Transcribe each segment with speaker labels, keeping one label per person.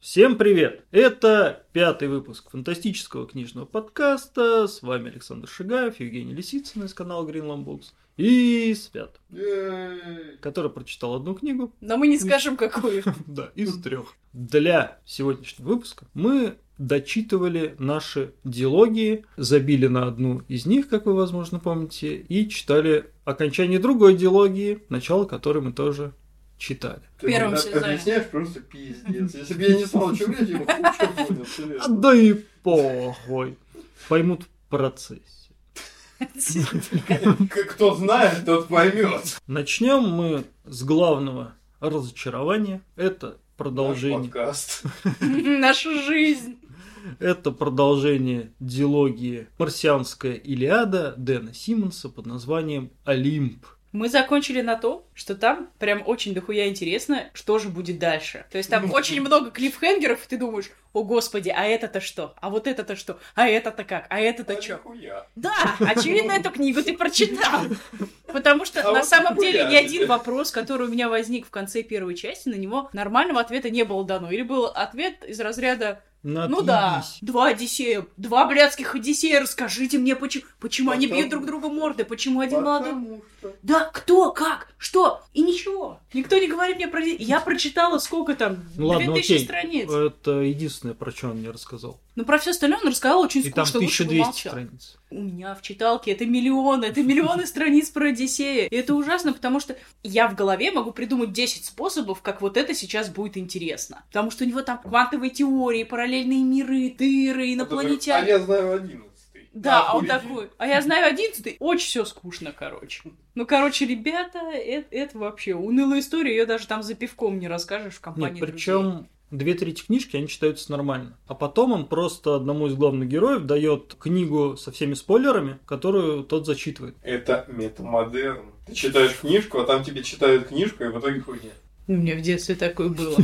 Speaker 1: Всем привет! Это пятый выпуск фантастического книжного подкаста. С вами Александр Шигаев, Евгений Лисицын из канала Greenland Books и Свят, который прочитал одну книгу,
Speaker 2: Но мы не скажем, какую.
Speaker 1: да, из трех. Для сегодняшнего выпуска мы дочитывали наши диалоги, забили на одну из них, как вы, возможно, помните, и читали окончание другой диалогии, начало которой мы тоже читали.
Speaker 2: В первом
Speaker 3: Ты
Speaker 2: сезоне.
Speaker 3: Объясняешь просто пиздец. Если бы я не знал, о чем речь, я бы хуже понял.
Speaker 1: А
Speaker 3: серьезно.
Speaker 1: да и похуй. Поймут в процессе.
Speaker 3: К- Кто знает, тот поймет.
Speaker 1: Начнем мы с главного разочарования. Это продолжение.
Speaker 3: Подкаст.
Speaker 2: Нашу жизнь.
Speaker 1: Это продолжение дилогии «Марсианская Илиада» Дэна Симмонса под названием «Олимп».
Speaker 2: Мы закончили на том, что там прям очень дохуя интересно, что же будет дальше. То есть там
Speaker 3: Ну.
Speaker 2: очень много клиффхенгеров, и ты думаешь, о господи, а это-то что? А вот это-то что? А это-то как? А это-то
Speaker 3: А
Speaker 2: что?
Speaker 3: нихуя.
Speaker 2: Да, очевидно, эту книгу ты прочитал. Потому что
Speaker 3: А
Speaker 2: на
Speaker 3: вот
Speaker 2: самом деле ни
Speaker 3: нихуя.
Speaker 2: один вопрос, который у меня возник в конце первой части, на него нормального ответа не было дано. Или был ответ из разряда Ну да,
Speaker 1: Надеюсь.
Speaker 2: два Одиссея, два блядских Одиссея, расскажите мне, почему, почему они
Speaker 3: Потому-
Speaker 2: бьют друг друга морды, почему один молодой...
Speaker 3: Потому что...
Speaker 2: Да, кто, как, что, и ничего. Никто не говорит мне про... Я прочитала сколько там,
Speaker 1: Ну ладно,
Speaker 2: 2000
Speaker 1: окей. Э.
Speaker 2: страниц.
Speaker 1: Это единственное, про что он мне рассказал.
Speaker 2: Но про все остальное он рассказал очень
Speaker 1: И
Speaker 2: скучно,
Speaker 1: там
Speaker 2: лучше бы
Speaker 1: 1200
Speaker 2: молчал.
Speaker 1: страниц.
Speaker 2: У меня в читалке это миллионы, это миллионы страниц про Одиссея. И это ужасно, потому что я в голове могу придумать 10 способов, как вот это сейчас будет интересно. Потому что у него там квантовые теории, параллельные миры, дыры, инопланетяне.
Speaker 3: А я знаю одиннадцатый.
Speaker 2: Да, а он
Speaker 3: Охуеть.
Speaker 2: такой. А я знаю одиннадцатый. Очень все скучно, короче. Ну, короче, ребята, э- это, вообще унылая история, ее даже там за пивком не расскажешь в компании.
Speaker 1: Нет, причем две трети книжки, они читаются нормально. А потом он просто одному из главных героев дает книгу со всеми спойлерами, которую тот зачитывает.
Speaker 3: Это метамодерн. Ты читаешь книжку, а там тебе читают книжку, и в итоге хуйня.
Speaker 2: У меня в детстве такое было.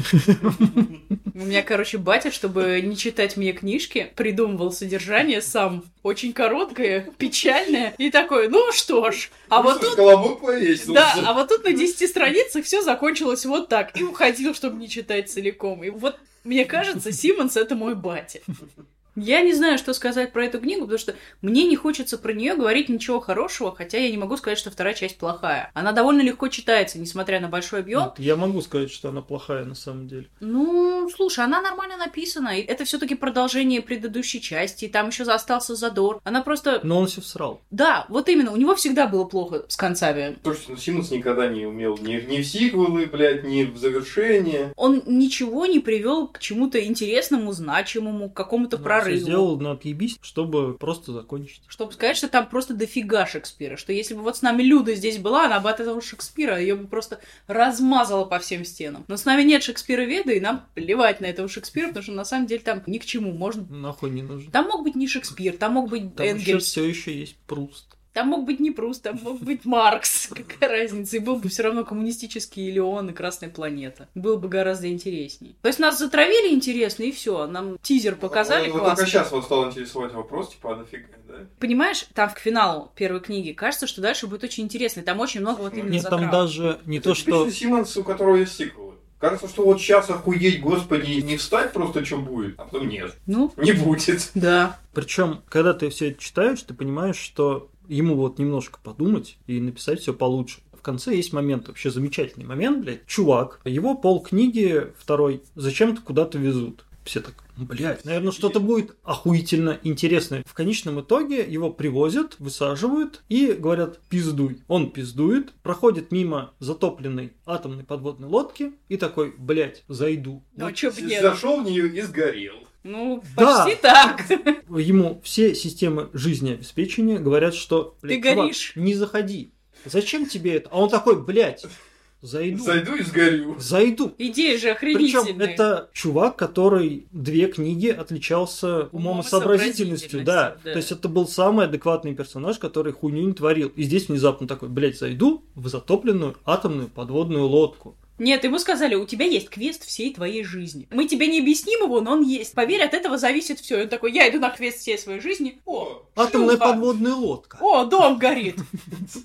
Speaker 2: У меня, короче, батя, чтобы не читать мне книжки, придумывал содержание сам. Очень короткое, печальное. И такой, ну что ж, а вот
Speaker 3: Слушай,
Speaker 2: тут...
Speaker 3: Колобок повесился.
Speaker 2: Да, а вот тут на 10 страницах все закончилось вот так. И уходил, чтобы не читать целиком. И вот, мне кажется, Симмонс — это мой батя. Я не знаю, что сказать про эту книгу, потому что мне не хочется про нее говорить ничего хорошего, хотя я не могу сказать, что вторая часть плохая. Она довольно легко читается, несмотря на большой объем.
Speaker 1: Вот Я могу сказать, что она плохая на самом деле.
Speaker 2: Ну, слушай, она нормально написана. и Это все-таки продолжение предыдущей части. и Там еще остался задор. Она просто.
Speaker 1: Но он все всрал.
Speaker 2: Да, вот именно, у него всегда было плохо с концами.
Speaker 3: Слушайте, ну Симмонс никогда не умел ни, ни в сиквелы, блядь, ни в завершение.
Speaker 2: Он ничего не привел к чему-то интересному, значимому, к какому-то
Speaker 1: Он Ну, всё
Speaker 2: Ну, прорыву.
Speaker 1: сделал на отъебись, чтобы просто закончить.
Speaker 2: Чтобы сказать, что там просто дофига Шекспира. Что если бы вот с нами Люда здесь была, она бы от этого Шекспира ее бы просто размазала по всем стенам. Но с нами нет Шекспира Веда, и нам плевать на этого Шекспира, потому что на самом деле там ни к чему. Можно...
Speaker 1: Нахуй не нужен.
Speaker 2: Там мог быть не Шекспир, там мог быть
Speaker 1: Там еще
Speaker 2: Энгельс.
Speaker 1: все еще есть Пруст.
Speaker 2: Там мог быть не Пруст, там мог быть Маркс. Какая разница? И был бы все равно коммунистический или он и Красная планета. Было бы гораздо интересней. То есть нас затравили интересно, и все. Нам тизер показали
Speaker 3: Ну, Э, вот, вот
Speaker 2: классно.
Speaker 3: только сейчас вот стал интересовать вопрос, типа, а нафига, да?
Speaker 2: Понимаешь, там к финалу первой книги кажется, что дальше будет очень интересно. и Там очень много вот именно
Speaker 1: Нет, там
Speaker 2: затрав.
Speaker 1: даже не то,
Speaker 3: Это
Speaker 1: что...
Speaker 3: типичный Симмонс, у которого есть сиквелы. Кажется, что вот сейчас охуеть, господи, не встать просто, что будет. А потом нет,
Speaker 2: Ну,
Speaker 3: не будет.
Speaker 2: да.
Speaker 1: Причем, когда ты все это читаешь, ты понимаешь, что ему вот немножко подумать и написать все получше. В конце есть момент, вообще замечательный момент, блядь. Чувак, его пол книги второй зачем-то куда-то везут. Все так, блядь, наверное, что-то будет охуительно интересное. В конечном итоге его привозят, высаживают и говорят «пиздуй». Он пиздует, проходит мимо затопленной атомной подводной лодки и такой «блядь, зайду».
Speaker 2: Ну, а чё бы нет?
Speaker 3: Зашел в нее и сгорел.
Speaker 2: Ну,
Speaker 1: Да.
Speaker 2: почти так.
Speaker 1: ему все системы жизнеобеспечения говорят, что блядь,
Speaker 2: Ты
Speaker 1: чувак,
Speaker 2: горишь.
Speaker 1: не заходи. Зачем тебе это? А он такой, блядь,
Speaker 2: Ну.
Speaker 1: зайду.
Speaker 3: Зайду и сгорю.
Speaker 1: Зайду.
Speaker 2: Идея же охренительная.
Speaker 1: Причем это чувак, который две книги отличался умом и
Speaker 2: и
Speaker 1: сообразительностью, да.
Speaker 2: да.
Speaker 1: То есть это был самый адекватный персонаж, который хуйню не творил. И здесь внезапно такой, блядь, зайду в затопленную атомную подводную лодку.
Speaker 2: Нет, ему сказали, у тебя есть квест всей твоей жизни. Мы тебе не объясним его, но он есть. Поверь, от этого зависит все. И он такой, я иду на квест всей своей жизни. О,
Speaker 1: Атомная
Speaker 2: шлюха.
Speaker 1: подводная лодка.
Speaker 2: О, дом горит.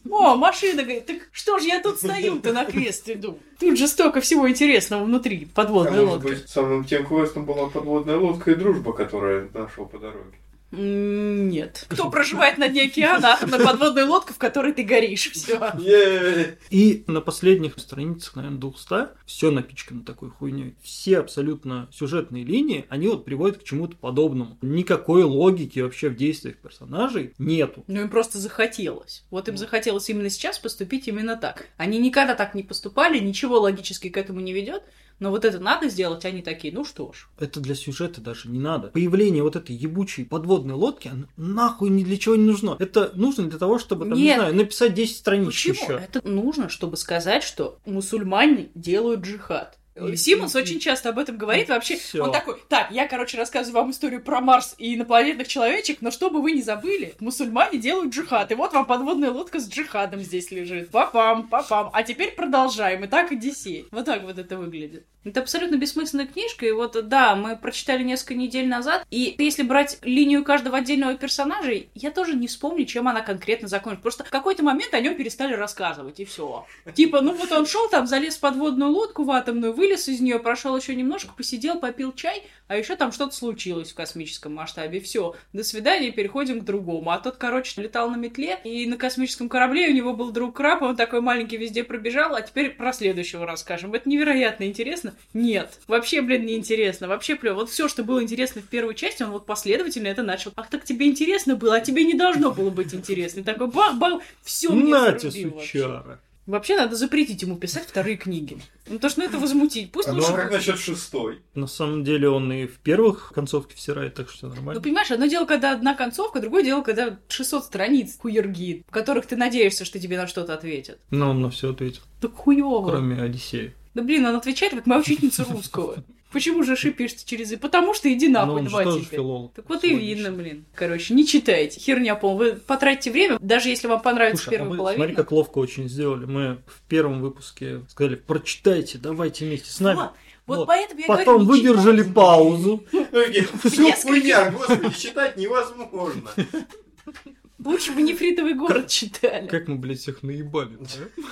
Speaker 2: О, машина горит. Так что ж я тут стою-то на квест иду? Тут же столько всего интересного внутри
Speaker 3: А
Speaker 2: подводной
Speaker 3: может
Speaker 2: лодки.
Speaker 3: быть, самым тем квестом была подводная лодка и дружба, которая нашла по дороге.
Speaker 2: М, Нет. Кто проживает на дне океана, а на подводной лодке, в которой ты горишь. Все.
Speaker 3: Е-е-е.
Speaker 1: И на последних страницах, наверное, 200 все напичкано такой хуйней. Все абсолютно сюжетные линии, они вот приводят к чему-то подобному. Никакой логики вообще в действиях персонажей нету.
Speaker 2: Ну, им просто захотелось. Вот им захотелось именно сейчас поступить именно так. Они никогда так не поступали, ничего логически к этому не ведет, но вот это надо сделать, они такие, ну что ж.
Speaker 1: Это для сюжета даже не надо. Появление вот этой ебучей подводной лодки, оно нахуй ни для чего не нужно. Это нужно для того, чтобы, там, не
Speaker 2: Нет.
Speaker 1: знаю, написать 10 страничек
Speaker 2: Почему? Э,
Speaker 1: еще.
Speaker 2: Это нужно, чтобы сказать, что мусульмане делают джихад.
Speaker 1: И-
Speaker 2: Симмонс
Speaker 1: и-
Speaker 2: очень часто об этом говорит. Вообще,
Speaker 1: Всё.
Speaker 2: он такой, так, я, короче, рассказываю вам историю про Марс и инопланетных человечек, но чтобы вы не забыли, мусульмане делают джихад. И вот вам подводная лодка с джихадом здесь лежит. Папам, папам. А теперь продолжаем. И так Одиссей. Вот так вот это выглядит. Это абсолютно бессмысленная книжка, и вот, да, мы прочитали несколько недель назад, и если брать линию каждого отдельного персонажа, я тоже не вспомню, чем она конкретно закончилась. Просто в какой-то момент о нем перестали рассказывать, и все. Типа, ну вот он шел там, залез в подводную лодку в атомную, вылез из нее, прошел еще немножко, посидел, попил чай, а еще там что-то случилось в космическом масштабе. Все, до свидания, переходим к другому. А тот, короче, летал на метле, и на космическом корабле у него был друг краб, и он такой маленький везде пробежал, а теперь про следующего расскажем. Это невероятно интересно. Нет, вообще, блин, неинтересно, вообще плев. Вот все, что было интересно в первой части, он вот последовательно это начал. Ах, так тебе интересно было, а тебе не должно было быть интересно. И такой бах-бах, все мне
Speaker 1: Нате,
Speaker 2: зарубил вообще.
Speaker 1: сучара.
Speaker 2: Вообще надо запретить ему писать вторые книги. Ну то, что ну, это возмутить. Пусть
Speaker 3: А ну
Speaker 2: лучше...
Speaker 3: а как насчет шестой?
Speaker 1: На самом деле он и в первых концовке всирает, так что нормально.
Speaker 2: Ну, понимаешь, одно дело, когда одна концовка, другое дело, когда 600 страниц хуерги, в которых ты надеешься, что тебе на что-то ответят.
Speaker 1: Но он на все ответил,
Speaker 2: Так хуёво.
Speaker 1: кроме Одиссея.
Speaker 2: Да блин, он отвечает, как моя учительница русского. Почему же шипишь ты через «и»? Потому что иди
Speaker 1: Но
Speaker 2: нахуй,
Speaker 1: Ну, он же
Speaker 2: два
Speaker 1: тоже
Speaker 2: теперь.
Speaker 1: филолог.
Speaker 2: Так вот
Speaker 1: Всё
Speaker 2: и
Speaker 1: логично.
Speaker 2: видно, блин. Короче, не читайте. Херня, пол. Вы потратите время, даже если вам понравится
Speaker 1: Слушай, а
Speaker 2: первая
Speaker 1: мы,
Speaker 2: половина.
Speaker 1: смотри, как ловко очень сделали. Мы в первом выпуске сказали, прочитайте, давайте вместе с нами.
Speaker 2: Вот, вот
Speaker 1: Вот.
Speaker 2: поэтому я
Speaker 1: Потом
Speaker 2: говорю, не
Speaker 1: выдержали
Speaker 2: читайте.
Speaker 1: паузу.
Speaker 3: Все
Speaker 2: Несколько.
Speaker 3: Ну, хуйня, господи, читать невозможно.
Speaker 2: Лучше бы нефритовый город читали.
Speaker 1: Как мы, блядь, всех наебали. да?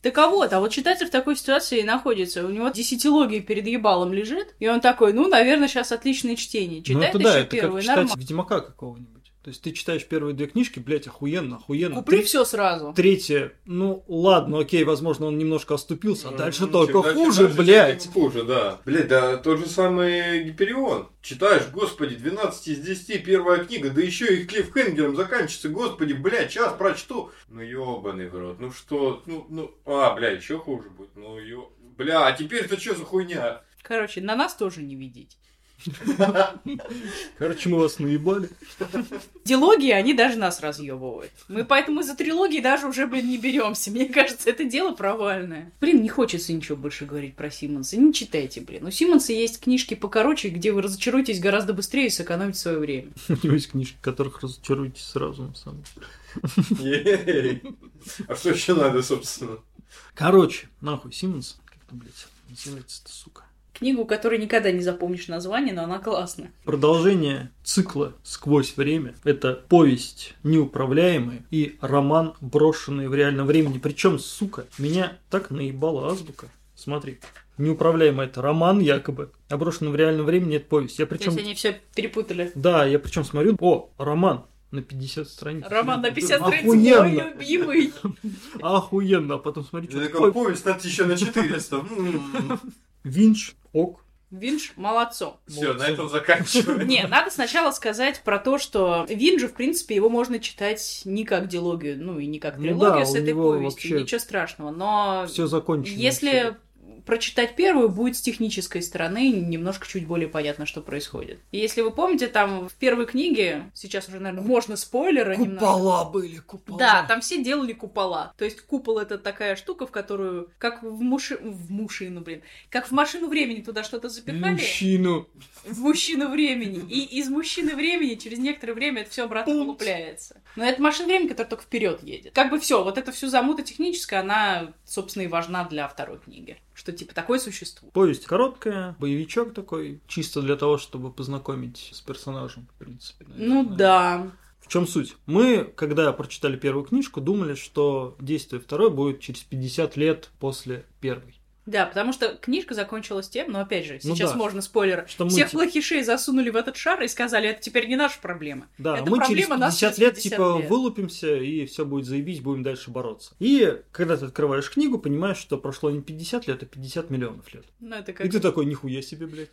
Speaker 2: Так а вот, а вот читатель в такой ситуации и находится. У него десятилогия перед ебалом лежит, и он такой, ну, наверное, сейчас отличное чтение.
Speaker 1: Ну
Speaker 2: Читает
Speaker 1: это
Speaker 2: еще
Speaker 1: да, это как
Speaker 2: первый,
Speaker 1: читать
Speaker 2: нормально.
Speaker 1: Ведьмака какого-нибудь. То есть ты читаешь первые две книжки, блядь, охуенно, охуенно.
Speaker 2: Купли
Speaker 1: Тре-
Speaker 2: все сразу.
Speaker 1: Третья, ну ладно, окей, возможно, он немножко оступился, а дальше
Speaker 3: Ну,
Speaker 1: только
Speaker 3: чем дальше,
Speaker 1: хуже,
Speaker 3: дальше, тем
Speaker 1: блядь.
Speaker 3: Хуже, да. Блядь, да тот же самый Гиперион. Читаешь, господи, 12 из 10, первая книга, да еще и клиффхенгером заканчивается, господи, блядь, час прочту. Ну ебаный в рот, ну что, ну, ну, а, блядь, еще хуже будет, ну ё... Бля, а теперь это что за хуйня?
Speaker 2: Короче, на нас тоже не видеть.
Speaker 1: Короче, мы вас наебали.
Speaker 2: Дилогии, они даже нас разъебывают. Мы поэтому за трилогии даже уже, блин, не беремся. Мне кажется, это дело провальное. Блин, не хочется ничего больше говорить про Симмонса. Не читайте, блин. У Симмонса есть книжки покороче, где вы разочаруетесь гораздо быстрее и сэкономите свое время.
Speaker 1: У него есть книжки, которых разочаруетесь сразу, на самом деле.
Speaker 3: Ей. А что еще надо, собственно?
Speaker 1: Короче, нахуй Симмонс. Как там, блядь, называется-то, сука?
Speaker 2: Книгу, которой никогда не запомнишь название, но она классная.
Speaker 1: Продолжение цикла «Сквозь время» — это повесть «Неуправляемые» и роман «Брошенные в реальном времени». Причем, сука, меня так наебала азбука. Смотри, «Неуправляемый» — это роман якобы, а «Брошенные в реальном времени» — это повесть. Я
Speaker 2: То
Speaker 1: причем...
Speaker 2: есть они все перепутали.
Speaker 1: Да, я причем смотрю, о, роман на 50 страниц.
Speaker 2: Роман на 50 страниц мой
Speaker 1: Охуенно,
Speaker 2: любимый.
Speaker 1: охуенно. А потом смотрю,
Speaker 3: Я
Speaker 1: что
Speaker 3: такой
Speaker 1: такое.
Speaker 3: повесть, надо еще на 400. М.
Speaker 1: Винч, ок.
Speaker 2: Винж молодцом.
Speaker 3: Все, на этом заканчиваем.
Speaker 2: Не, надо сначала сказать про то, что Винджу, в принципе, его можно читать не как диалогию, ну и не как
Speaker 1: Ну
Speaker 2: трилогию
Speaker 1: да,
Speaker 2: с
Speaker 1: у
Speaker 2: этой
Speaker 1: него
Speaker 2: повестью,
Speaker 1: вообще
Speaker 2: ничего страшного. Но
Speaker 1: Все закончено.
Speaker 2: если прочитать первую, будет с технической стороны немножко чуть более понятно, что происходит. И если вы помните, там в первой книге, сейчас уже, наверное, можно спойлеры немножко.
Speaker 1: Купола были, купола.
Speaker 2: Да, там все делали купола. То есть купол это такая штука, в которую, как в, муши... в мушину, блин, как в машину времени туда что-то запихали.
Speaker 1: Мужчину.
Speaker 2: в мужчину времени. И из мужчины времени через некоторое время это все обратно
Speaker 1: Пункт.
Speaker 2: вылупляется. Но это машина времени, которая только вперед едет. Как бы все, вот эта всю замута техническая, она, собственно, и важна для второй книги. Что типа такое существует.
Speaker 1: Повесть короткая, боевичок такой, чисто для того, чтобы познакомить с персонажем, в принципе.
Speaker 2: Ну
Speaker 1: наверное.
Speaker 2: да.
Speaker 1: В чем суть? Мы, когда прочитали первую книжку, думали, что действие второй будет через 50 лет после первой.
Speaker 2: Да, потому что книжка закончилась тем, но опять же,
Speaker 1: Ну
Speaker 2: сейчас
Speaker 1: да.
Speaker 2: можно спойлеры.
Speaker 1: Что мы,
Speaker 2: Всех
Speaker 1: типа,
Speaker 2: плохишей засунули в этот шар и сказали, это теперь не наша проблема.
Speaker 1: Да,
Speaker 2: Это
Speaker 1: мы через
Speaker 2: проблема нас
Speaker 1: 50
Speaker 2: через
Speaker 1: лет
Speaker 2: 50
Speaker 1: типа
Speaker 2: лет.
Speaker 1: вылупимся, и все будет заебись, будем дальше бороться. И когда ты открываешь книгу, понимаешь, что прошло не 50 лет, а 50 миллионов лет.
Speaker 2: Ну это как,
Speaker 1: И ты такой, нихуя себе, блядь.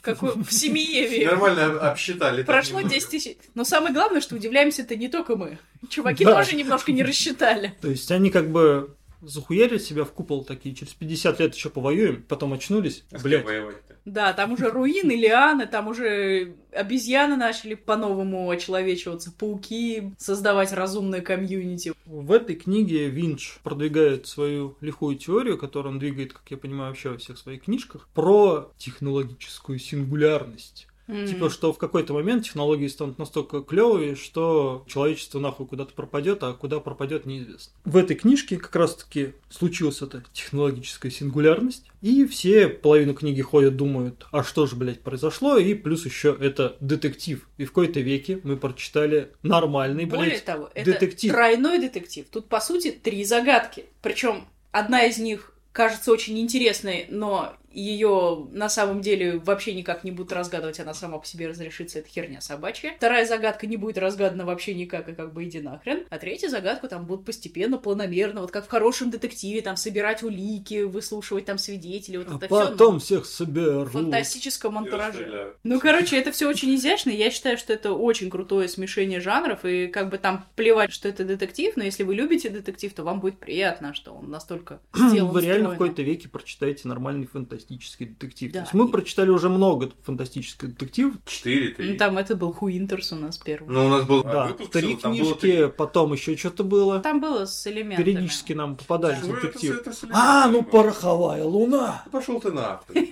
Speaker 2: как у- в Семиеве.
Speaker 3: Нормально об- обсчитали. так
Speaker 2: Прошло
Speaker 3: немного.
Speaker 2: 10 тысяч. Но самое главное, что удивляемся это не только мы. Чуваки
Speaker 1: Да.
Speaker 2: тоже немножко не рассчитали.
Speaker 1: То есть они как бы захуярили себя в купол такие, через 50 лет еще повоюем, потом очнулись,
Speaker 3: А с кем
Speaker 1: блядь.
Speaker 3: воевать-то?
Speaker 2: Да, там уже руины, лианы, там уже обезьяны начали по-новому очеловечиваться, пауки, создавать разумное комьюнити.
Speaker 1: В этой книге Винч продвигает свою лихую теорию, которую он двигает, как я понимаю, вообще во всех своих книжках, про технологическую сингулярность.
Speaker 2: М.
Speaker 1: Типа, что в какой-то момент технологии станут настолько клевые, что человечество нахуй куда-то пропадет, а куда пропадет неизвестно. В этой книжке как раз-таки случилась эта технологическая сингулярность, и все половину книги ходят, думают, а что же, блядь, произошло, и плюс еще это детектив. И в какой-то веке мы прочитали нормальный,
Speaker 2: Более
Speaker 1: блядь,
Speaker 2: того, это
Speaker 1: детектив.
Speaker 2: тройной детектив. Тут, по сути, три загадки. Причем одна из них кажется очень интересной, но ее на самом деле вообще никак не будут разгадывать, она сама по себе разрешится, это херня собачья. Вторая загадка не будет разгадана вообще никак, и как бы иди нахрен. А третью загадку там будут постепенно, планомерно, вот как в хорошем детективе, там собирать улики, выслушивать там свидетелей, вот
Speaker 1: а
Speaker 2: это
Speaker 1: потом всех
Speaker 2: все в
Speaker 1: соберут.
Speaker 2: фантастическом
Speaker 3: И
Speaker 2: антураже.
Speaker 3: расстреляют.
Speaker 2: Ну, короче, это все очень изящно. и Я считаю, что это очень крутое смешение жанров. И как бы там плевать, что это детектив, но если вы любите детектив, то вам будет приятно, что он настолько сделан.
Speaker 1: Хм, Вы реально в
Speaker 2: встроен.
Speaker 1: какой-то веке прочитаете нормальный фантастический детектив.
Speaker 2: Да.
Speaker 1: То есть мы прочитали уже много фантастических детективов.
Speaker 3: Четыре, три.
Speaker 2: Ну, там это был Хуинтерс у нас первый.
Speaker 3: Ну, у нас был
Speaker 1: да,
Speaker 3: выпуск,
Speaker 1: три
Speaker 3: всего, там было три.
Speaker 1: книжки, потом еще что-то было.
Speaker 2: Там было с элементами.
Speaker 1: Периодически нам попадались
Speaker 3: Чего это
Speaker 1: детективы.
Speaker 3: с- это с
Speaker 1: А, ну
Speaker 3: элементами?
Speaker 1: пороховая луна!
Speaker 3: Пошел ты нахуй.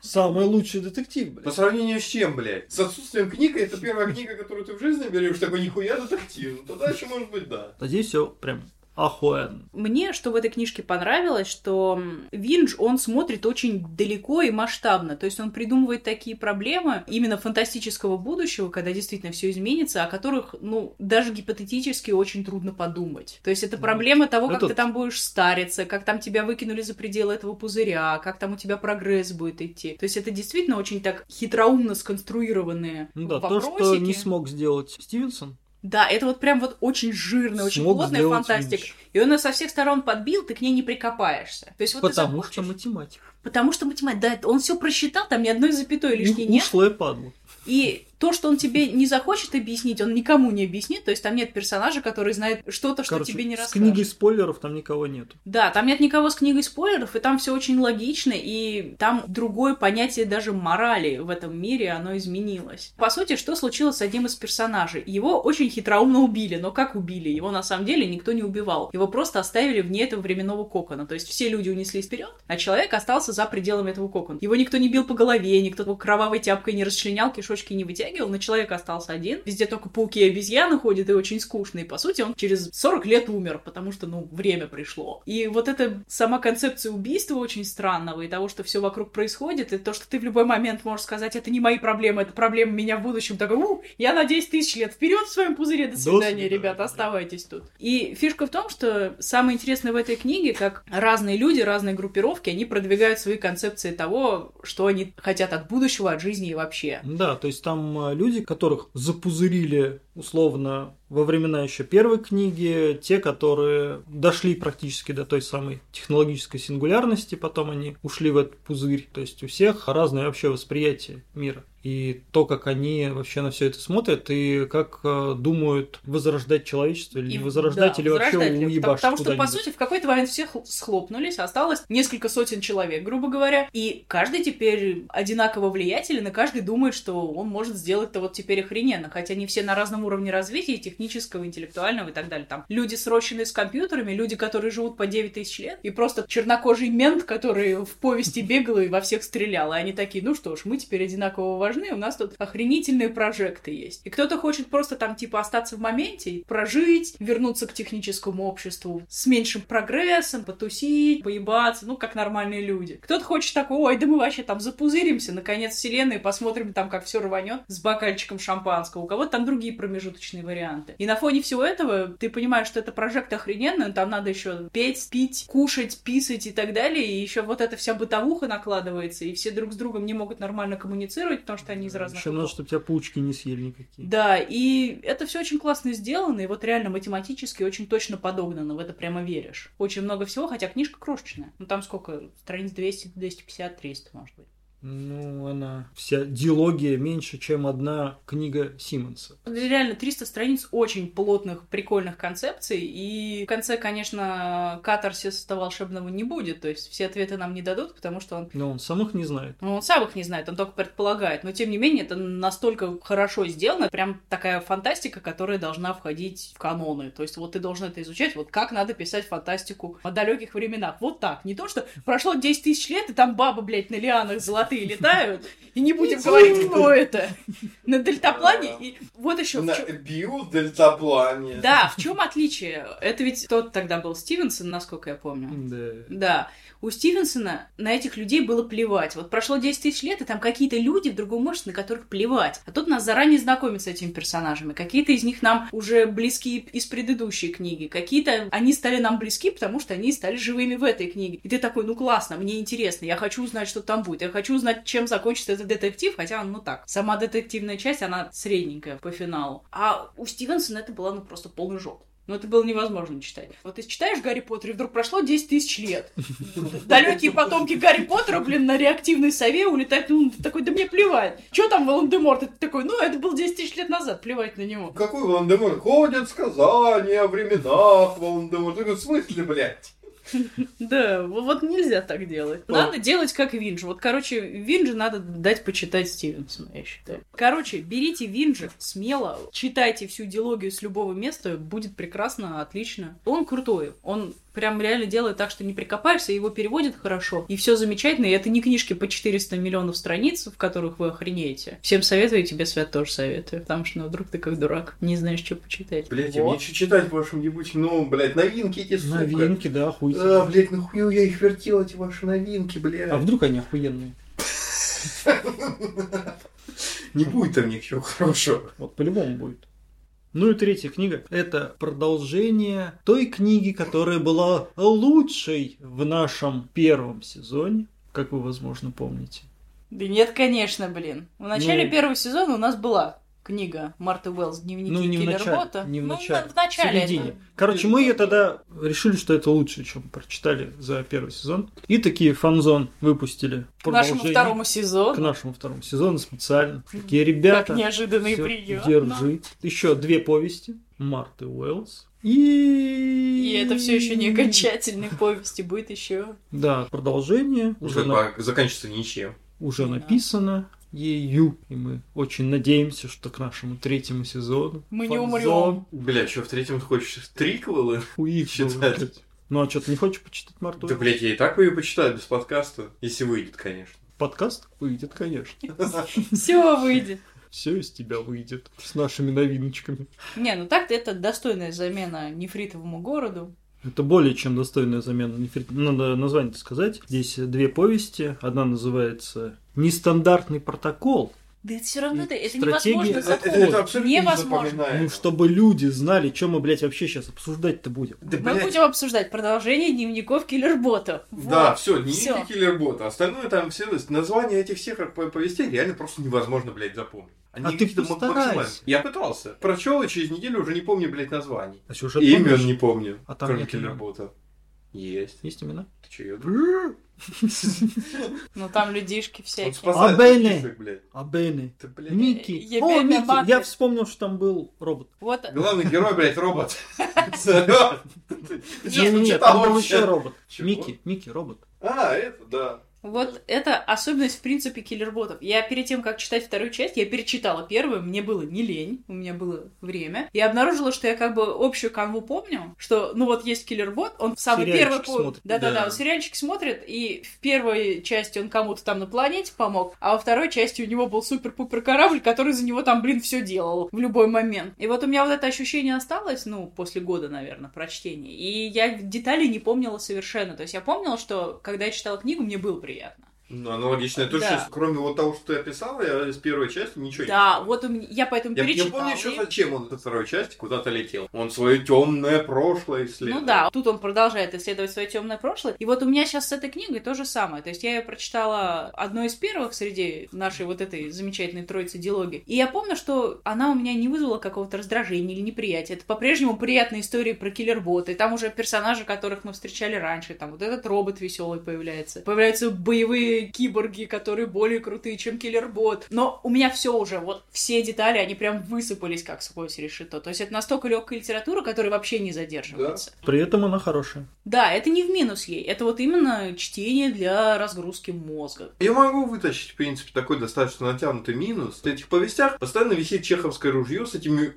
Speaker 1: Самый лучший детектив,
Speaker 3: По
Speaker 1: блядь.
Speaker 3: сравнению с чем, блядь? С отсутствием книг, это первая книга, которую ты в жизни берешь, такой нихуя детектив. Ну, то дальше, может быть, да.
Speaker 1: А здесь все прям охуенно.
Speaker 2: Мне, что в этой книжке понравилось, что м, Виндж, он смотрит очень далеко и масштабно. То есть он придумывает такие проблемы именно фантастического будущего, когда действительно все изменится, о которых, ну, даже гипотетически очень трудно подумать. То есть это
Speaker 1: Ну,
Speaker 2: проблема того, как
Speaker 1: это-
Speaker 2: ты там будешь стариться, как там тебя выкинули за пределы этого пузыря, как там у тебя прогресс будет идти. То есть это действительно очень так хитроумно сконструированные
Speaker 1: Ну да,
Speaker 2: вопросики.
Speaker 1: то, что не смог сделать Стивенсон,
Speaker 2: Да, это вот прям вот очень жирная, очень
Speaker 1: смог
Speaker 2: плотная
Speaker 1: сделать
Speaker 2: фантастика.
Speaker 1: Винч.
Speaker 2: И он ее со всех сторон подбил, ты к ней не прикопаешься. То есть вот ты
Speaker 1: Потому
Speaker 2: захочешь.
Speaker 1: что математика.
Speaker 2: Потому что математика, да, это он все просчитал, там ни одной
Speaker 1: Ну,
Speaker 2: запятой лишней нет.
Speaker 1: Ушлая падла.
Speaker 2: И то, что он тебе не захочет объяснить, он никому не объяснит. То есть там нет персонажа, который знает что-то, что
Speaker 1: Короче,
Speaker 2: тебе не
Speaker 1: с
Speaker 2: расскажет.
Speaker 1: книгой спойлеров там никого нету.
Speaker 2: Да, там нет никого с книгой спойлеров, и там все очень логично, и там другое понятие даже морали в этом мире, оно изменилось. По сути, что случилось с одним из персонажей? Его очень хитроумно убили, но как убили? Его на самом деле никто не убивал. Его просто оставили вне этого временного кокона. То есть все люди унеслись вперед, а человек остался за пределами этого кокона. Его никто не бил по голове, никто его кровавой тяпкой не расчленял, кишочки не вытягивал, но человек остался один. Везде только пауки и обезьяны ходят, и очень скучно. И, по сути, он через 40 лет умер, потому что, ну, время пришло. И вот эта сама концепция убийства очень странного, и того, что все вокруг происходит, и то, что ты в любой момент можешь сказать, это не мои проблемы, это проблемы меня в будущем. Такой, у, я на 10 тысяч лет вперед в своем пузыре, до
Speaker 1: До
Speaker 2: свидания,
Speaker 1: свидания.
Speaker 2: ребята, оставайтесь тут. И фишка в том, что самое интересное в этой книге, как разные люди, разные группировки, они продвигают свои концепции того, что они хотят от будущего, от жизни и вообще.
Speaker 1: Да, то есть там э, люди, которых запузырили условно во времена еще первой книги, те, которые дошли практически до той самой технологической сингулярности, потом они ушли в этот пузырь. То есть у всех разное вообще восприятие мира. И то, как они вообще на все это смотрят, и как э, думают возрождать человечество, или
Speaker 2: И-
Speaker 1: не возрождать,
Speaker 2: да,
Speaker 1: или вообще
Speaker 2: возрождать ли.
Speaker 1: уебашить
Speaker 2: Потому что, по
Speaker 1: куда-нибудь.
Speaker 2: сути, в какой-то момент все хл- схлопнулись, осталось несколько сотен человек, грубо говоря, и каждый теперь одинаково влиятелен, и каждый думает, что он может сделать-то вот теперь охрененно, хотя они все на разном уровне развития, и технического, интеллектуального и так далее. Там люди, сроченные с компьютерами, люди, которые живут по 9 тысяч лет, и просто чернокожий мент, который в повести бегал и во всех стрелял. И они такие, ну что ж, мы теперь одинаково важны, у нас тут охренительные прожекты есть. И кто-то хочет просто там типа остаться в моменте, и прожить, вернуться к техническому обществу с меньшим прогрессом, потусить, поебаться, ну как нормальные люди. Кто-то хочет такого, ой, да мы вообще там запузыримся, наконец вселенной, посмотрим там, как все рванет с бокальчиком шампанского. У кого-то там другие промежуточные варианты. И на фоне всего этого ты понимаешь, что это прожект охрененный, но там надо еще петь, пить, кушать, писать и так далее. И еще вот эта вся бытовуха накладывается, и все друг с другом не могут нормально коммуницировать, потому что они из разных...
Speaker 1: Еще надо, чтобы тебя паучки не съели никакие.
Speaker 2: Да, и это все очень классно сделано, и вот реально математически очень точно подогнано, в это прямо веришь. Очень много всего, хотя книжка крошечная. Ну там сколько? Страниц 200, 250, 300, может быть.
Speaker 1: Ну, она... Вся диалогия меньше, чем одна книга Симмонса.
Speaker 2: Реально, 300 страниц очень плотных, прикольных концепций, и в конце, конечно, катарсиса волшебного не будет, то есть все ответы нам не дадут, потому что он...
Speaker 1: Но он сам их не знает.
Speaker 2: Ну, он сам их не знает, он только предполагает, но тем не менее это настолько хорошо сделано, прям такая фантастика, которая должна входить в каноны, то есть вот ты должен это изучать, вот как надо писать фантастику о далеких временах, вот так, не то, что прошло 10 тысяч лет, и там баба, блядь, на лианах золотых золотые летают, и не будем говорить, кто это. На дельтаплане и вот еще. в
Speaker 3: На
Speaker 2: чё-
Speaker 3: Бил дельтаплане.
Speaker 2: Да, в чем отличие? Это ведь тот тогда был Стивенсон, насколько я помню.
Speaker 1: Да.
Speaker 2: Да. У Стивенсона на этих людей было плевать. Вот прошло 10 тысяч лет, и там какие-то люди в другом обществе, на которых плевать. А тут нас заранее знакомят с этими персонажами. Какие-то из них нам уже близки из предыдущей книги. Какие-то они стали нам близки, потому что они стали живыми в этой книге. И ты такой, ну классно, мне интересно, я хочу узнать, что там будет. Я хочу узнать, чем закончится этот детектив, хотя он, ну так, сама детективная часть, она средненькая по финалу. А у Стивенсона это была, ну, просто полный жоп. Ну, это было невозможно читать. Вот ты читаешь Гарри Поттер, и вдруг прошло 10 тысяч лет. Далекие потомки Гарри Поттера, блин, на реактивной сове улетают. Ну, ты такой, да мне плевать. Че там Волан-де-Морт? И Ты такой, ну, это было 10 тысяч лет назад, плевать на него.
Speaker 3: Какой Волан-де-Морт? Ходят сказания о временах Волан-де-Морт. Я говорю, В смысле, блядь?
Speaker 2: Да, в- вот нельзя так делать.
Speaker 3: О.
Speaker 2: Надо делать как Винджи. Вот, короче, Винджи надо дать почитать Стивенсону, я считаю. Короче, берите Винджи смело, читайте всю идеологию с любого места, будет прекрасно, отлично. Он крутой, он прям реально делает так, что не прикопаешься, его переводит хорошо, и все замечательно, и это не книжки по 400 миллионов страниц, в которых вы охренеете. Всем советую, и тебе, Свят, тоже советую, потому что, ну, вдруг ты как дурак, не знаешь, что почитать.
Speaker 3: Блядь, а
Speaker 2: Вот.
Speaker 3: мне что читать в вашем ебучем новом, блядь, новинки эти, сука.
Speaker 1: Новинки, да, хуй.
Speaker 3: Да,
Speaker 1: знает.
Speaker 3: блядь, нахуя я их вертел, эти ваши новинки, блядь.
Speaker 1: А вдруг они охуенные?
Speaker 3: Не будет там ничего хорошего.
Speaker 1: Вот по-любому будет. Ну и третья книга – это продолжение той книги, которая была лучшей в нашем первом сезоне, как вы, возможно, помните.
Speaker 2: Да нет, конечно, блин. В начале
Speaker 1: Ну.
Speaker 2: первого сезона у нас была книга Марты Уэллс «Дневники
Speaker 1: ну, не в
Speaker 2: киллер
Speaker 1: начале,
Speaker 2: Бота».
Speaker 1: не в
Speaker 2: Ну,
Speaker 1: начале,
Speaker 2: в начале
Speaker 1: в середине.
Speaker 2: это.
Speaker 1: Короче, мы ее тогда решили, что это лучше, чем прочитали за первый сезон. И такие фанзон выпустили.
Speaker 2: К нашему
Speaker 1: продолжение
Speaker 2: второму
Speaker 1: к
Speaker 2: сезону.
Speaker 1: нашему второму сезону специально. Такие ребята.
Speaker 2: Как неожиданный
Speaker 1: Всё,
Speaker 2: прием.
Speaker 1: Держи. Еще две повести. Марты Уэллс. И...
Speaker 2: И это все еще не окончательный повести, будет еще.
Speaker 1: Да, продолжение. Уже,
Speaker 3: Уже
Speaker 1: на-
Speaker 3: заканчивается ничем.
Speaker 1: уже
Speaker 2: Да.
Speaker 1: написано ею. И мы очень надеемся, что к нашему третьему сезону...
Speaker 2: Мы не
Speaker 1: фанзон
Speaker 2: умрем.
Speaker 3: Бля, что в третьем хочешь? Триквелы?
Speaker 1: у их
Speaker 3: Читать.
Speaker 1: было, блядь. Ну а что, ты не хочешь почитать Марту
Speaker 3: Да,
Speaker 1: Уэллс?
Speaker 3: блядь, я и так ее почитаю без подкаста, если выйдет, конечно.
Speaker 1: Подкаст выйдет, конечно.
Speaker 2: Все выйдет.
Speaker 1: Все из тебя выйдет. С нашими новиночками.
Speaker 2: Не, ну так-то это достойная замена нефритовому городу.
Speaker 1: Это более чем достойная замена. нефрит- Надо название сказать. Здесь две повести. Одна называется «Нестандартный протокол».
Speaker 2: Да это все равно
Speaker 1: И
Speaker 2: это, это
Speaker 1: стратегия-
Speaker 2: невозможно
Speaker 1: Это-
Speaker 2: запомнить. невозможно.
Speaker 3: незапоминаемо.
Speaker 1: Ну, чтобы люди знали, чем мы, блядь, вообще сейчас обсуждать-то будем.
Speaker 3: Да,
Speaker 2: Мы
Speaker 3: блядь,
Speaker 2: будем обсуждать продолжение дневников киллербота.
Speaker 3: Да, все,
Speaker 2: всё.
Speaker 3: не киллер бота. Остальное там все то есть названия этих всех по- повестей реально просто невозможно, блядь, запомнить. Они
Speaker 1: А ты
Speaker 3: какие-то мак-
Speaker 1: постарайся.
Speaker 3: максимально- Я пытался. Прочел и через неделю уже не помню, блядь, названий.
Speaker 1: А сюжет
Speaker 3: И
Speaker 1: помнишь?
Speaker 3: имен не помню.
Speaker 1: А там
Speaker 3: кроме
Speaker 1: нет
Speaker 3: киллер
Speaker 1: имен.
Speaker 3: бота. Есть.
Speaker 1: Есть имена?
Speaker 3: Ты че, я
Speaker 2: Ну там людишки всякие.
Speaker 3: Он спасает
Speaker 1: Абене.
Speaker 3: таких, блядь.
Speaker 1: А Бенни?
Speaker 3: Ты, блядь.
Speaker 1: Микки.
Speaker 2: Ебена
Speaker 1: О, Микки!
Speaker 2: Матрис.
Speaker 1: Я вспомнил, что там был робот.
Speaker 2: Вот
Speaker 3: Главный герой, блядь, робот. Серьёзно? Ты чё,
Speaker 1: Не, не,
Speaker 3: читал
Speaker 1: там был
Speaker 3: вообще?
Speaker 1: еще робот.
Speaker 3: Чего?
Speaker 1: Микки, Микки, робот.
Speaker 3: А, это, да.
Speaker 2: Вот это особенность, в принципе, киллерботов. Я перед тем, как читать вторую часть, я перечитала первую, мне было не лень, у меня было время. Я обнаружила, что я как бы общую канву помню, что, ну вот есть киллербот, он в самый
Speaker 1: Сериальчик
Speaker 2: первый... по-
Speaker 1: смотрит.
Speaker 2: Да-да-да,
Speaker 3: Да.
Speaker 2: он сериальчик смотрит, и в первой части он кому-то там на планете помог, а во второй части у него был супер-пупер корабль, который за него там, блин, все делал в любой момент. И вот у меня вот это ощущение осталось, ну, после года, наверное, прочтения, и я деталей не помнила совершенно. То есть я помнила, что когда я читала книгу, мне было приятно.
Speaker 3: Ну, аналогично. Я тоже
Speaker 2: Да.
Speaker 3: щас- кроме вот того, что ты описала, я из первой части ничего не
Speaker 2: Да, вот у меня, я поэтому
Speaker 3: Я, я
Speaker 2: перечитала.
Speaker 3: помню еще, зачем он во второй части куда-то летел. Он свое темное прошлое исследовал.
Speaker 2: Ну да, тут он продолжает исследовать свое темное прошлое. И вот у меня сейчас с этой книгой то же самое. То есть я ее прочитала одной из первых среди нашей вот этой замечательной троицы диалоги. И я помню, что она у меня не вызвала какого-то раздражения или неприятия. Это по-прежнему приятные истории про киллер-боты. Там уже персонажи, которых мы встречали раньше. Там вот этот робот веселый появляется. Появляются боевые киборги, которые более крутые, чем киллер-бот. Но у меня все уже, вот все детали, они прям высыпались как сквозь решето. То есть это настолько легкая литература, которая вообще не задерживается.
Speaker 1: При этом она хорошая.
Speaker 2: Да, это не в минус ей. Это вот именно чтение для разгрузки мозга.
Speaker 3: Я могу вытащить, в принципе, такой достаточно натянутый минус. В этих повестях постоянно висит чеховское ружье с этими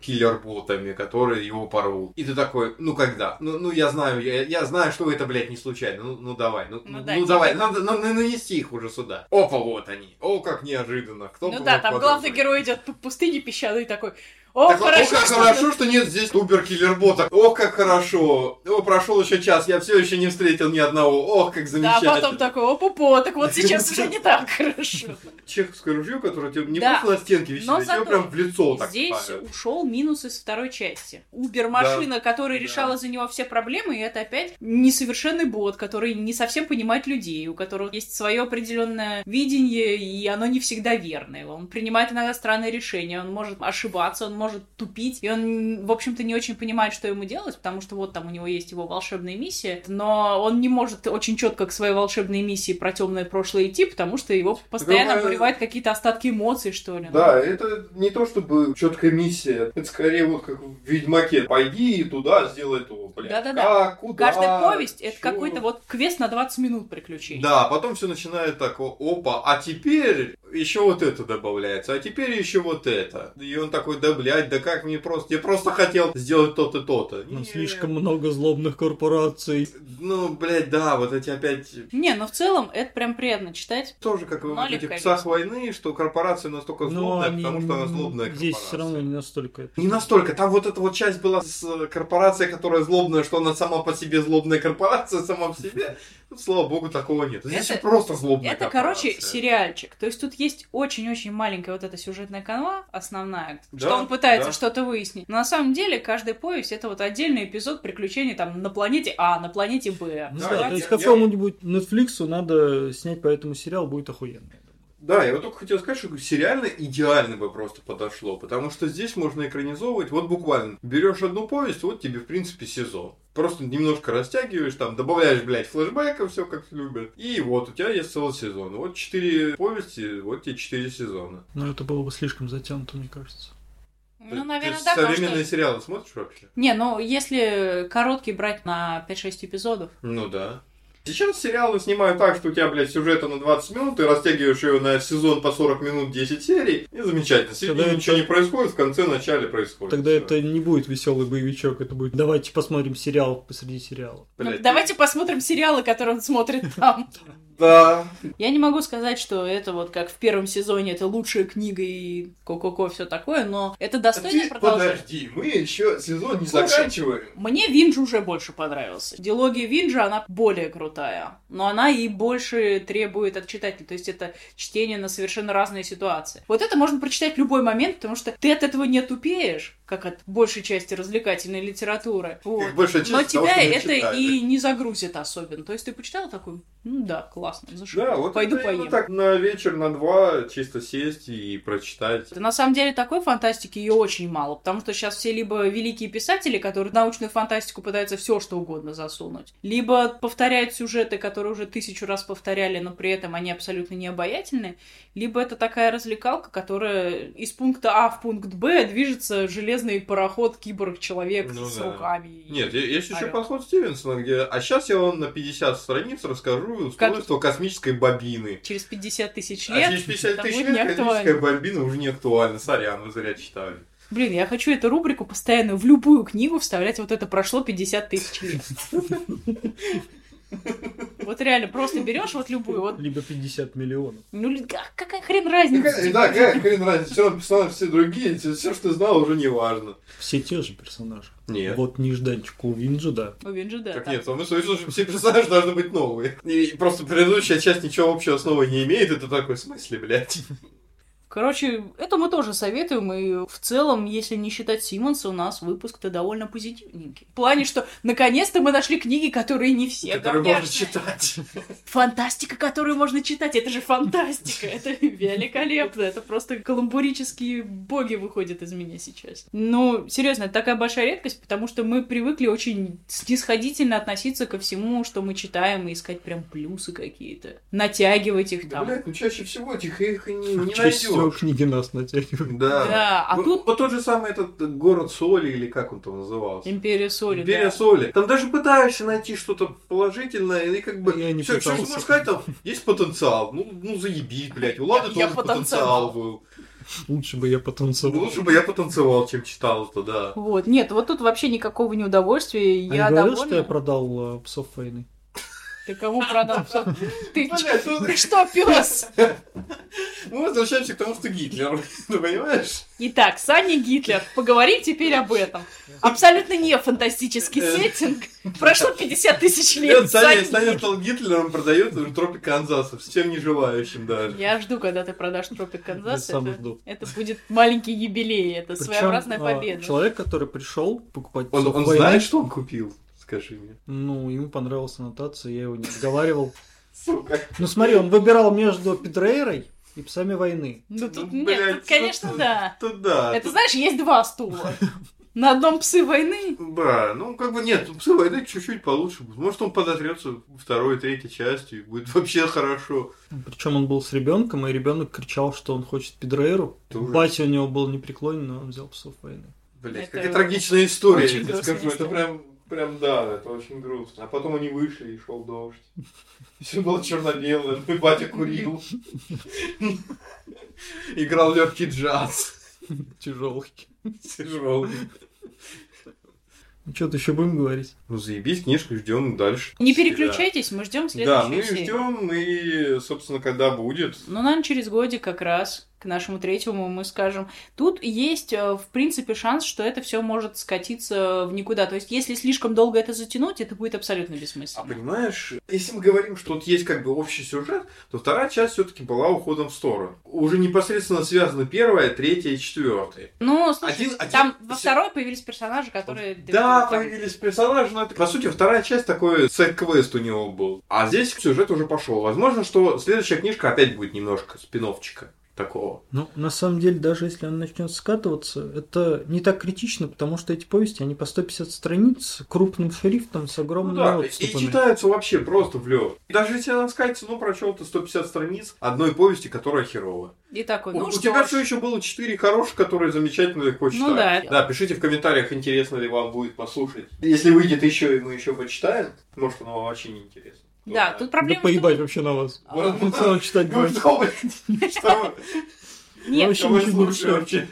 Speaker 3: убер-киллер-ботами, которые его порвут. И ты такой, ну когда? Ну, ну я знаю, я, я знаю, что это, блядь, не случайно. Ну, ну давай, ну,
Speaker 2: Ну
Speaker 3: ну,
Speaker 2: да,
Speaker 3: ну
Speaker 2: типа-
Speaker 3: давай, надо, надо нанести их уже сюда. Опа, вот они. О, как неожиданно. Кто бы
Speaker 2: ну
Speaker 3: мог
Speaker 2: да, там
Speaker 3: подумать.
Speaker 2: главный герой идет по пустыне песчаной и такой. О,
Speaker 3: Так,
Speaker 2: хорошо,
Speaker 3: о, как
Speaker 2: что
Speaker 3: хорошо, что нет здесь убер-киллер-бота. О, как хорошо. О, прошел еще час, я все еще не встретил ни одного. Ох, как
Speaker 2: Да, а
Speaker 3: замечательно.
Speaker 2: потом такой, опа-по, так вот сейчас уже не так хорошо.
Speaker 3: чеховское ружье, которое тебе не
Speaker 2: Да.
Speaker 3: просто на стенке висит,
Speaker 2: Но
Speaker 3: а тебе
Speaker 2: зато
Speaker 3: прям в лицо так
Speaker 2: Здесь
Speaker 3: ставят.
Speaker 2: ушел минус из второй части. Убер-машина, которая
Speaker 3: Да.
Speaker 2: решала за него все проблемы, и это опять несовершенный бот, который не совсем понимает людей, у которого есть свое определенное видение, и оно не всегда верное. Он принимает иногда странные решения, он может ошибаться, он может тупить, и он, в общем-то, не очень понимает, что ему делать, потому что вот там у него есть его волшебная миссия, но он не может очень четко к своей волшебной миссии про темное прошлое идти, потому что его постоянно
Speaker 3: Другая-
Speaker 2: поливают какие-то остатки эмоций, что ли.
Speaker 3: Да, это не то чтобы четкая миссия, это скорее вот как в Ведьмаке. Пойди туда, сделай то, блядь.
Speaker 2: Да-да-да.
Speaker 3: Как, куда,
Speaker 2: Каждая повесть это
Speaker 3: чё.
Speaker 2: какой-то вот квест на 20 минут приключений.
Speaker 3: Да, потом все начинает так, о, опа, а теперь еще вот это добавляется, а теперь еще вот это. И он такой, да, блядь, да как мне просто, я просто хотел сделать то-то, то-то.
Speaker 1: Ну,
Speaker 3: Не.
Speaker 1: слишком много злобных корпораций.
Speaker 3: Ну, блядь, да, вот эти опять
Speaker 2: Не, но в целом это прям приятно читать.
Speaker 3: Тоже как в
Speaker 2: Нолик,
Speaker 3: этих
Speaker 2: конечно.
Speaker 3: псах войны, что корпорация настолько
Speaker 1: Но
Speaker 3: злобная,
Speaker 1: они
Speaker 3: потому что она злобная
Speaker 1: здесь
Speaker 3: корпорация.
Speaker 1: все равно не настолько.
Speaker 3: Не настолько. Там вот эта вот часть была с э, корпорацией, которая злобная, что она сама по себе злобная корпорация, сама по себе. Ну, слава богу, такого нет. Здесь
Speaker 2: Это-
Speaker 3: всё просто злобная
Speaker 2: Это,
Speaker 3: корпорация.
Speaker 2: короче, сериальчик. То есть тут есть очень-очень маленькая вот эта сюжетная канва, основная,
Speaker 3: Да,
Speaker 2: что он пытается
Speaker 3: да.
Speaker 2: что-то выяснить. Но на самом деле каждая повесть это вот отдельный эпизод приключений там на планете А, на планете Б.
Speaker 1: Ну
Speaker 3: Да,
Speaker 1: Да,
Speaker 3: я-
Speaker 1: то есть
Speaker 3: я-
Speaker 1: какому-нибудь Netflix надо снять по этому сериал, будет охуенно.
Speaker 3: Да, я вот только хотел сказать, что сериально идеально бы просто подошло, потому что здесь можно экранизовывать, вот буквально, берешь одну повесть, вот тебе, в принципе, сезон. Просто немножко растягиваешь, там, добавляешь, блядь, флешбека, все как любят. И вот, у тебя есть целый сезон. Вот четыре повести, вот тебе четыре сезона.
Speaker 1: Но это было бы слишком затянуто, мне кажется.
Speaker 2: Ну,
Speaker 3: Ты-
Speaker 2: наверное,
Speaker 3: ты
Speaker 2: да, потому
Speaker 3: современные
Speaker 2: что-
Speaker 3: сериалы смотришь вообще?
Speaker 2: Не, ну если короткий брать на 5-6 эпизодов.
Speaker 3: Ну да. Сейчас сериалы снимают так, что у тебя, блядь, сюжета на 20 минут, ты растягиваешь ее на сезон по 40 минут 10 серий, и замечательно. Середине
Speaker 1: Тогда
Speaker 3: ничего
Speaker 1: это-
Speaker 3: не происходит, в конце, начале происходит.
Speaker 1: Тогда
Speaker 3: Всё.
Speaker 1: это не будет веселый боевичок, это будет. Давайте посмотрим сериал посреди сериала.
Speaker 2: Ну,
Speaker 3: Блядь,
Speaker 2: давайте посмотрим сериалы, которые он смотрит там.
Speaker 3: Да.
Speaker 2: Я не могу сказать, что это вот как в первом сезоне, это лучшая книга и ко-ко-ко, все такое, но это достойное
Speaker 3: Ты
Speaker 2: продолжение.
Speaker 3: Подожди, мы еще сезон не
Speaker 2: Слушай.
Speaker 3: заканчиваем.
Speaker 2: Мне Виндж уже больше понравился. Диалогия Винджа, она более крутая, но она и больше требует от читателя. То есть это чтение на совершенно разные ситуации. Вот это можно прочитать в любой момент, потому что ты от этого не тупеешь, как от большей части развлекательной литературы. Вот.
Speaker 3: Их большая часть
Speaker 2: Но
Speaker 3: того,
Speaker 2: тебя
Speaker 3: что мы
Speaker 2: это
Speaker 3: читали.
Speaker 2: и не загрузит особенно. То есть ты почитал такой, ну да, классно, зашибись.
Speaker 3: Да, вот
Speaker 2: пойду
Speaker 3: это именно
Speaker 2: поем.
Speaker 3: так на вечер, на два чисто сесть и прочитать.
Speaker 2: На самом деле такой фантастики ее очень мало, потому что сейчас все либо великие писатели, которые в научную фантастику пытаются все что угодно засунуть, либо повторяют сюжеты, которые уже тысячу раз повторяли, но при этом они абсолютно не обаятельны, либо это такая развлекалка, которая из пункта А в пункт Б движется железный пароход киборг-человек
Speaker 3: Ну
Speaker 2: с
Speaker 3: да.
Speaker 2: руками. и-
Speaker 3: Нет, я- есть еще
Speaker 2: Орел.
Speaker 3: подход Стивенсона, где... А сейчас я вам на 50 страниц расскажу устройство космической бобины.
Speaker 2: Через 50 тысяч
Speaker 3: А
Speaker 2: лет
Speaker 3: через 50
Speaker 2: это
Speaker 3: тысяч
Speaker 2: будет
Speaker 3: лет
Speaker 2: неактуально.
Speaker 3: космическая бобина уже не актуальна. Сорян, вы зря читали.
Speaker 2: Блин, я хочу эту рубрику постоянно в любую книгу вставлять. Вот это прошло 50 тысяч лет. Вот реально, просто берешь вот любую. Вот,
Speaker 1: Либо 50 миллионов.
Speaker 2: ну, ли- а какая хрен разница?
Speaker 3: Да,
Speaker 2: типа?
Speaker 3: какая хрен разница, все равно персонажи все другие, все, что ты знал, уже не важно.
Speaker 1: Все те же персонажи.
Speaker 3: Нет.
Speaker 1: Вот нежданчик у Винджи, да.
Speaker 2: У Винджи, да.
Speaker 3: Как
Speaker 2: там.
Speaker 3: нет, Ну, мы слышали, что все персонажи должны быть новые. И просто предыдущая часть ничего общего с новой не имеет, это такой в смысле, блядь.
Speaker 2: Короче, это мы тоже советуем, и в целом, если не считать Симмонса, у нас выпуск-то довольно позитивненький. В плане, что наконец-то мы нашли книги, которые не все
Speaker 3: Которые
Speaker 2: говняшные.
Speaker 3: можно читать.
Speaker 2: Фантастика, которую можно читать, это же фантастика, это великолепно, это просто каламбурические боги выходят из меня сейчас. Ну, серьезно, это такая большая редкость, потому что мы привыкли очень снисходительно относиться ко всему, что мы читаем, и искать прям плюсы какие-то, натягивать их
Speaker 3: Да,
Speaker 2: там.
Speaker 3: блядь, ну чаще всего этих их и не, не
Speaker 1: Чаще всего
Speaker 3: найдешь.
Speaker 1: книги нас натягивают.
Speaker 3: Да. Ну,
Speaker 2: Да, а
Speaker 3: Вот-
Speaker 2: тут
Speaker 3: Вот тот же самый этот э, город Соли, или как он там назывался?
Speaker 2: Империя Соли.
Speaker 3: Империя
Speaker 2: да.
Speaker 3: Соли. Там даже пытаешься найти что-то положительное, и как бы...
Speaker 1: Я не
Speaker 3: все, что
Speaker 1: пытался.
Speaker 3: можно сказать, там есть потенциал. Ну, ну заебись, блядь. У Лады
Speaker 2: Я- я
Speaker 3: тоже
Speaker 2: потанцевал.
Speaker 3: потенциал был.
Speaker 1: Лучше бы я
Speaker 3: Ну,
Speaker 1: потанцевал.
Speaker 3: Лучше бы я потанцевал, чем читал это, да.
Speaker 2: Вот, нет, вот тут вообще никакого неудовольствия.
Speaker 1: А
Speaker 2: я
Speaker 1: не говорил,
Speaker 2: довольна.
Speaker 1: что я продал э, псов войны?
Speaker 2: Ты кому продал? псов? Ты ч-
Speaker 3: Блядь, ну,
Speaker 2: Ты что, пес?
Speaker 3: Мы возвращаемся к тому, что Гитлер. Ты понимаешь?
Speaker 2: Итак, Саня Гитлер, поговорим теперь об этом. Абсолютно не фантастический
Speaker 3: Э.
Speaker 2: сеттинг. Прошло 50 тысяч лет.
Speaker 3: Нет, Саня,
Speaker 2: Саня
Speaker 3: Саня
Speaker 2: Гитлер.
Speaker 3: стал Гитлером, продает в тропе Канзаса, всем не желающим даже.
Speaker 2: Я жду, когда ты продашь тропик Канзас.
Speaker 1: Я сам
Speaker 2: Это,
Speaker 1: жду.
Speaker 2: это будет маленький юбилей, это
Speaker 1: Причём,
Speaker 2: своеобразная
Speaker 1: а,
Speaker 2: победа.
Speaker 1: Человек, который пришел покупать
Speaker 3: Он,
Speaker 1: псов
Speaker 3: он
Speaker 1: войны,
Speaker 3: знает, что он купил? Скажи мне.
Speaker 1: ну, ему понравилась аннотация, я его не отговаривал.
Speaker 3: Сука.
Speaker 1: Ну смотри, он выбирал между Педрейрой и псами войны.
Speaker 2: Ну тут
Speaker 3: Ну,
Speaker 2: нет,
Speaker 3: блядь,
Speaker 2: тут, конечно,
Speaker 3: ну,
Speaker 2: да.
Speaker 3: Тут да.
Speaker 2: Это
Speaker 3: тут-
Speaker 2: знаешь, есть два стула. На одном псы войны.
Speaker 3: Да, ну как бы нет, тут псы войны чуть-чуть получше. будет. Может он подотрется второй, третьей частью, и будет вообще хорошо.
Speaker 1: Причем он был с ребенком, и ребенок кричал, что он хочет Педрейру.
Speaker 3: Это ужас.
Speaker 1: Батя у него был непреклонен, но он взял псов войны.
Speaker 3: Блять,
Speaker 2: Это
Speaker 3: какая трагичная история,
Speaker 2: очень
Speaker 3: я тебе
Speaker 2: грустная
Speaker 3: скажу. Это
Speaker 2: история.
Speaker 3: прям, прям да, это очень грустно. А потом они вышли, и шел дождь. Все было черно-белое, мой батя курил. Играл легкий джаз.
Speaker 1: Тяжелый.
Speaker 3: Тяжелый.
Speaker 1: Ну что-то еще будем говорить?
Speaker 3: Ну заебись, книжку ждем дальше.
Speaker 2: Не переключайтесь, мы ждем
Speaker 3: Да,
Speaker 2: следующую
Speaker 3: мы
Speaker 2: серию.
Speaker 3: ждем, и, собственно, когда будет.
Speaker 2: Ну, наверное, через годик как раз к нашему третьему мы скажем. Тут есть, э, в принципе, шанс, что это все может скатиться в никуда. То есть, если слишком долго это затянуть, это будет абсолютно
Speaker 3: А
Speaker 2: бессмысленно.
Speaker 3: понимаешь, если мы говорим, что вот есть как бы общий сюжет, то вторая часть все-таки была уходом в сторону. Уже непосредственно связаны первая, третья и четвертая.
Speaker 2: Ну, слушай,
Speaker 3: Один- один-
Speaker 2: там во второй появились персонажи, которые...
Speaker 3: Да,
Speaker 2: там-
Speaker 3: появились персонажи, но это, по сути, вторая часть такой сайт-квест у него был. А здесь сюжет уже пошел. Возможно, что следующая книжка опять будет немножко спиновчика такого.
Speaker 1: Ну, на самом деле, даже если он начнет скатываться, это не так критично, потому что эти повести, они по 150 страниц, с крупным шрифтом, с
Speaker 3: Ну
Speaker 1: огромными
Speaker 3: да, и
Speaker 1: отступами.
Speaker 3: читаются вообще просто в лёд. Даже если она скатится, ну, прочел ты 150 страниц одной повести, которая херовая.
Speaker 2: И такой,
Speaker 3: У-
Speaker 2: ну
Speaker 3: у
Speaker 2: что
Speaker 3: тебя
Speaker 2: ж.
Speaker 3: все еще было четыре хороших, которые замечательно легко
Speaker 2: Ну
Speaker 3: читать.
Speaker 2: да.
Speaker 3: пишите в комментариях, интересно ли вам будет послушать. Если выйдет еще, и мы еще почитаем, может, оно вам вообще не интересно. Кто
Speaker 2: Да,
Speaker 3: знает.
Speaker 2: тут
Speaker 1: Да
Speaker 2: проблема... в том-
Speaker 1: поебать вообще на вас.
Speaker 3: Вот.
Speaker 1: Ну, что он читать
Speaker 3: Ну,
Speaker 1: будет?
Speaker 3: что, блядь, что вы-
Speaker 2: Нет,
Speaker 1: Вообще
Speaker 3: что вы
Speaker 1: ничего не
Speaker 3: слушаете
Speaker 1: читаю.
Speaker 3: вообще?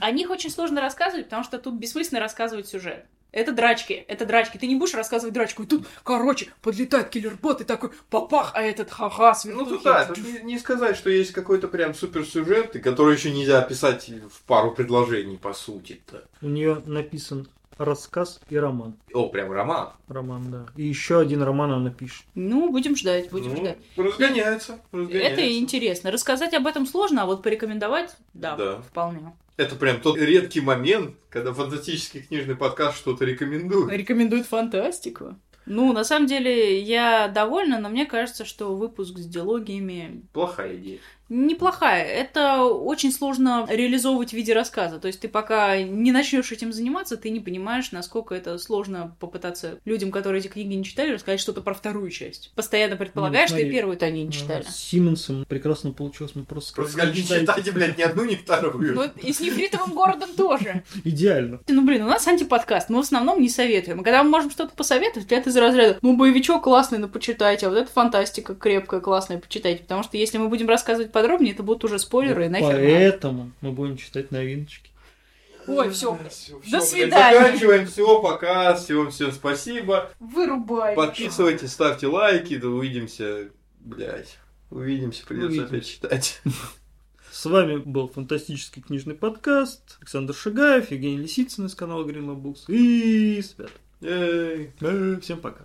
Speaker 2: о них очень сложно рассказывать, потому что тут бессмысленно рассказывать сюжет. Это драчки, это драчки. Ты не будешь рассказывать драчку. И тут, короче, подлетает киллер-бот и такой, папах, а этот ха-ха,
Speaker 3: Ну,
Speaker 2: свернул.
Speaker 3: тут да, тут не, не сказать, что есть какой-то прям суперсюжет, и который еще нельзя описать в пару предложений, по сути-то.
Speaker 1: У нее написан рассказ и роман.
Speaker 3: О, прям роман.
Speaker 1: Роман, да. И еще один роман она пишет.
Speaker 2: Ну, будем ждать, будем
Speaker 3: Ну,
Speaker 2: ждать.
Speaker 3: Разгоняется, разгоняется.
Speaker 2: Это интересно. Рассказать об этом сложно, а вот порекомендовать, да,
Speaker 3: Да.
Speaker 2: вполне.
Speaker 3: Это прям тот редкий момент, когда фантастический книжный подкаст что-то рекомендует.
Speaker 2: Рекомендует фантастику. Ну, на самом деле, я довольна, но мне кажется, что выпуск с диалогиями...
Speaker 3: Плохая идея.
Speaker 2: неплохая. Это очень сложно реализовывать в виде рассказа. То есть ты пока не начнешь этим заниматься, ты не понимаешь, насколько это сложно попытаться людям, которые эти книги не читали, рассказать что-то про вторую часть. Постоянно предполагаешь,
Speaker 1: смотри,
Speaker 2: что и первую-то они не читали.
Speaker 1: С Симмонсом прекрасно получилось. Мы просто...
Speaker 3: Просто сказали, не читайте, блядь, ни одну, ни вторую.
Speaker 2: Ну, и с нефритовым городом тоже.
Speaker 1: Идеально.
Speaker 2: Ты, Ну, блин, у нас антиподкаст, мы в основном не советуем. И Когда мы можем что-то посоветовать, это из разряда, ну, боевичок классный, ну, почитайте, а вот это фантастика крепкая, классная, почитайте. Потому что если мы будем рассказывать подробнее, это будут уже спойлеры, и нахер надо.
Speaker 1: Поэтому мы будем читать новиночки.
Speaker 2: Ой, все,
Speaker 3: Всё, всё,
Speaker 2: До свидания.
Speaker 3: Заканчиваем. Всего пока. Всем всем спасибо.
Speaker 2: вырубай.
Speaker 3: Подписывайтесь, ставьте лайки. Да увидимся. Блять. Увидимся, придется
Speaker 1: Увидимся.
Speaker 3: опять читать.
Speaker 1: С вами был фантастический книжный подкаст. Александр Шагаев, Евгений Лисицын из канала Green Lab Books и Свят.
Speaker 3: Эй.
Speaker 1: Э, Всем пока.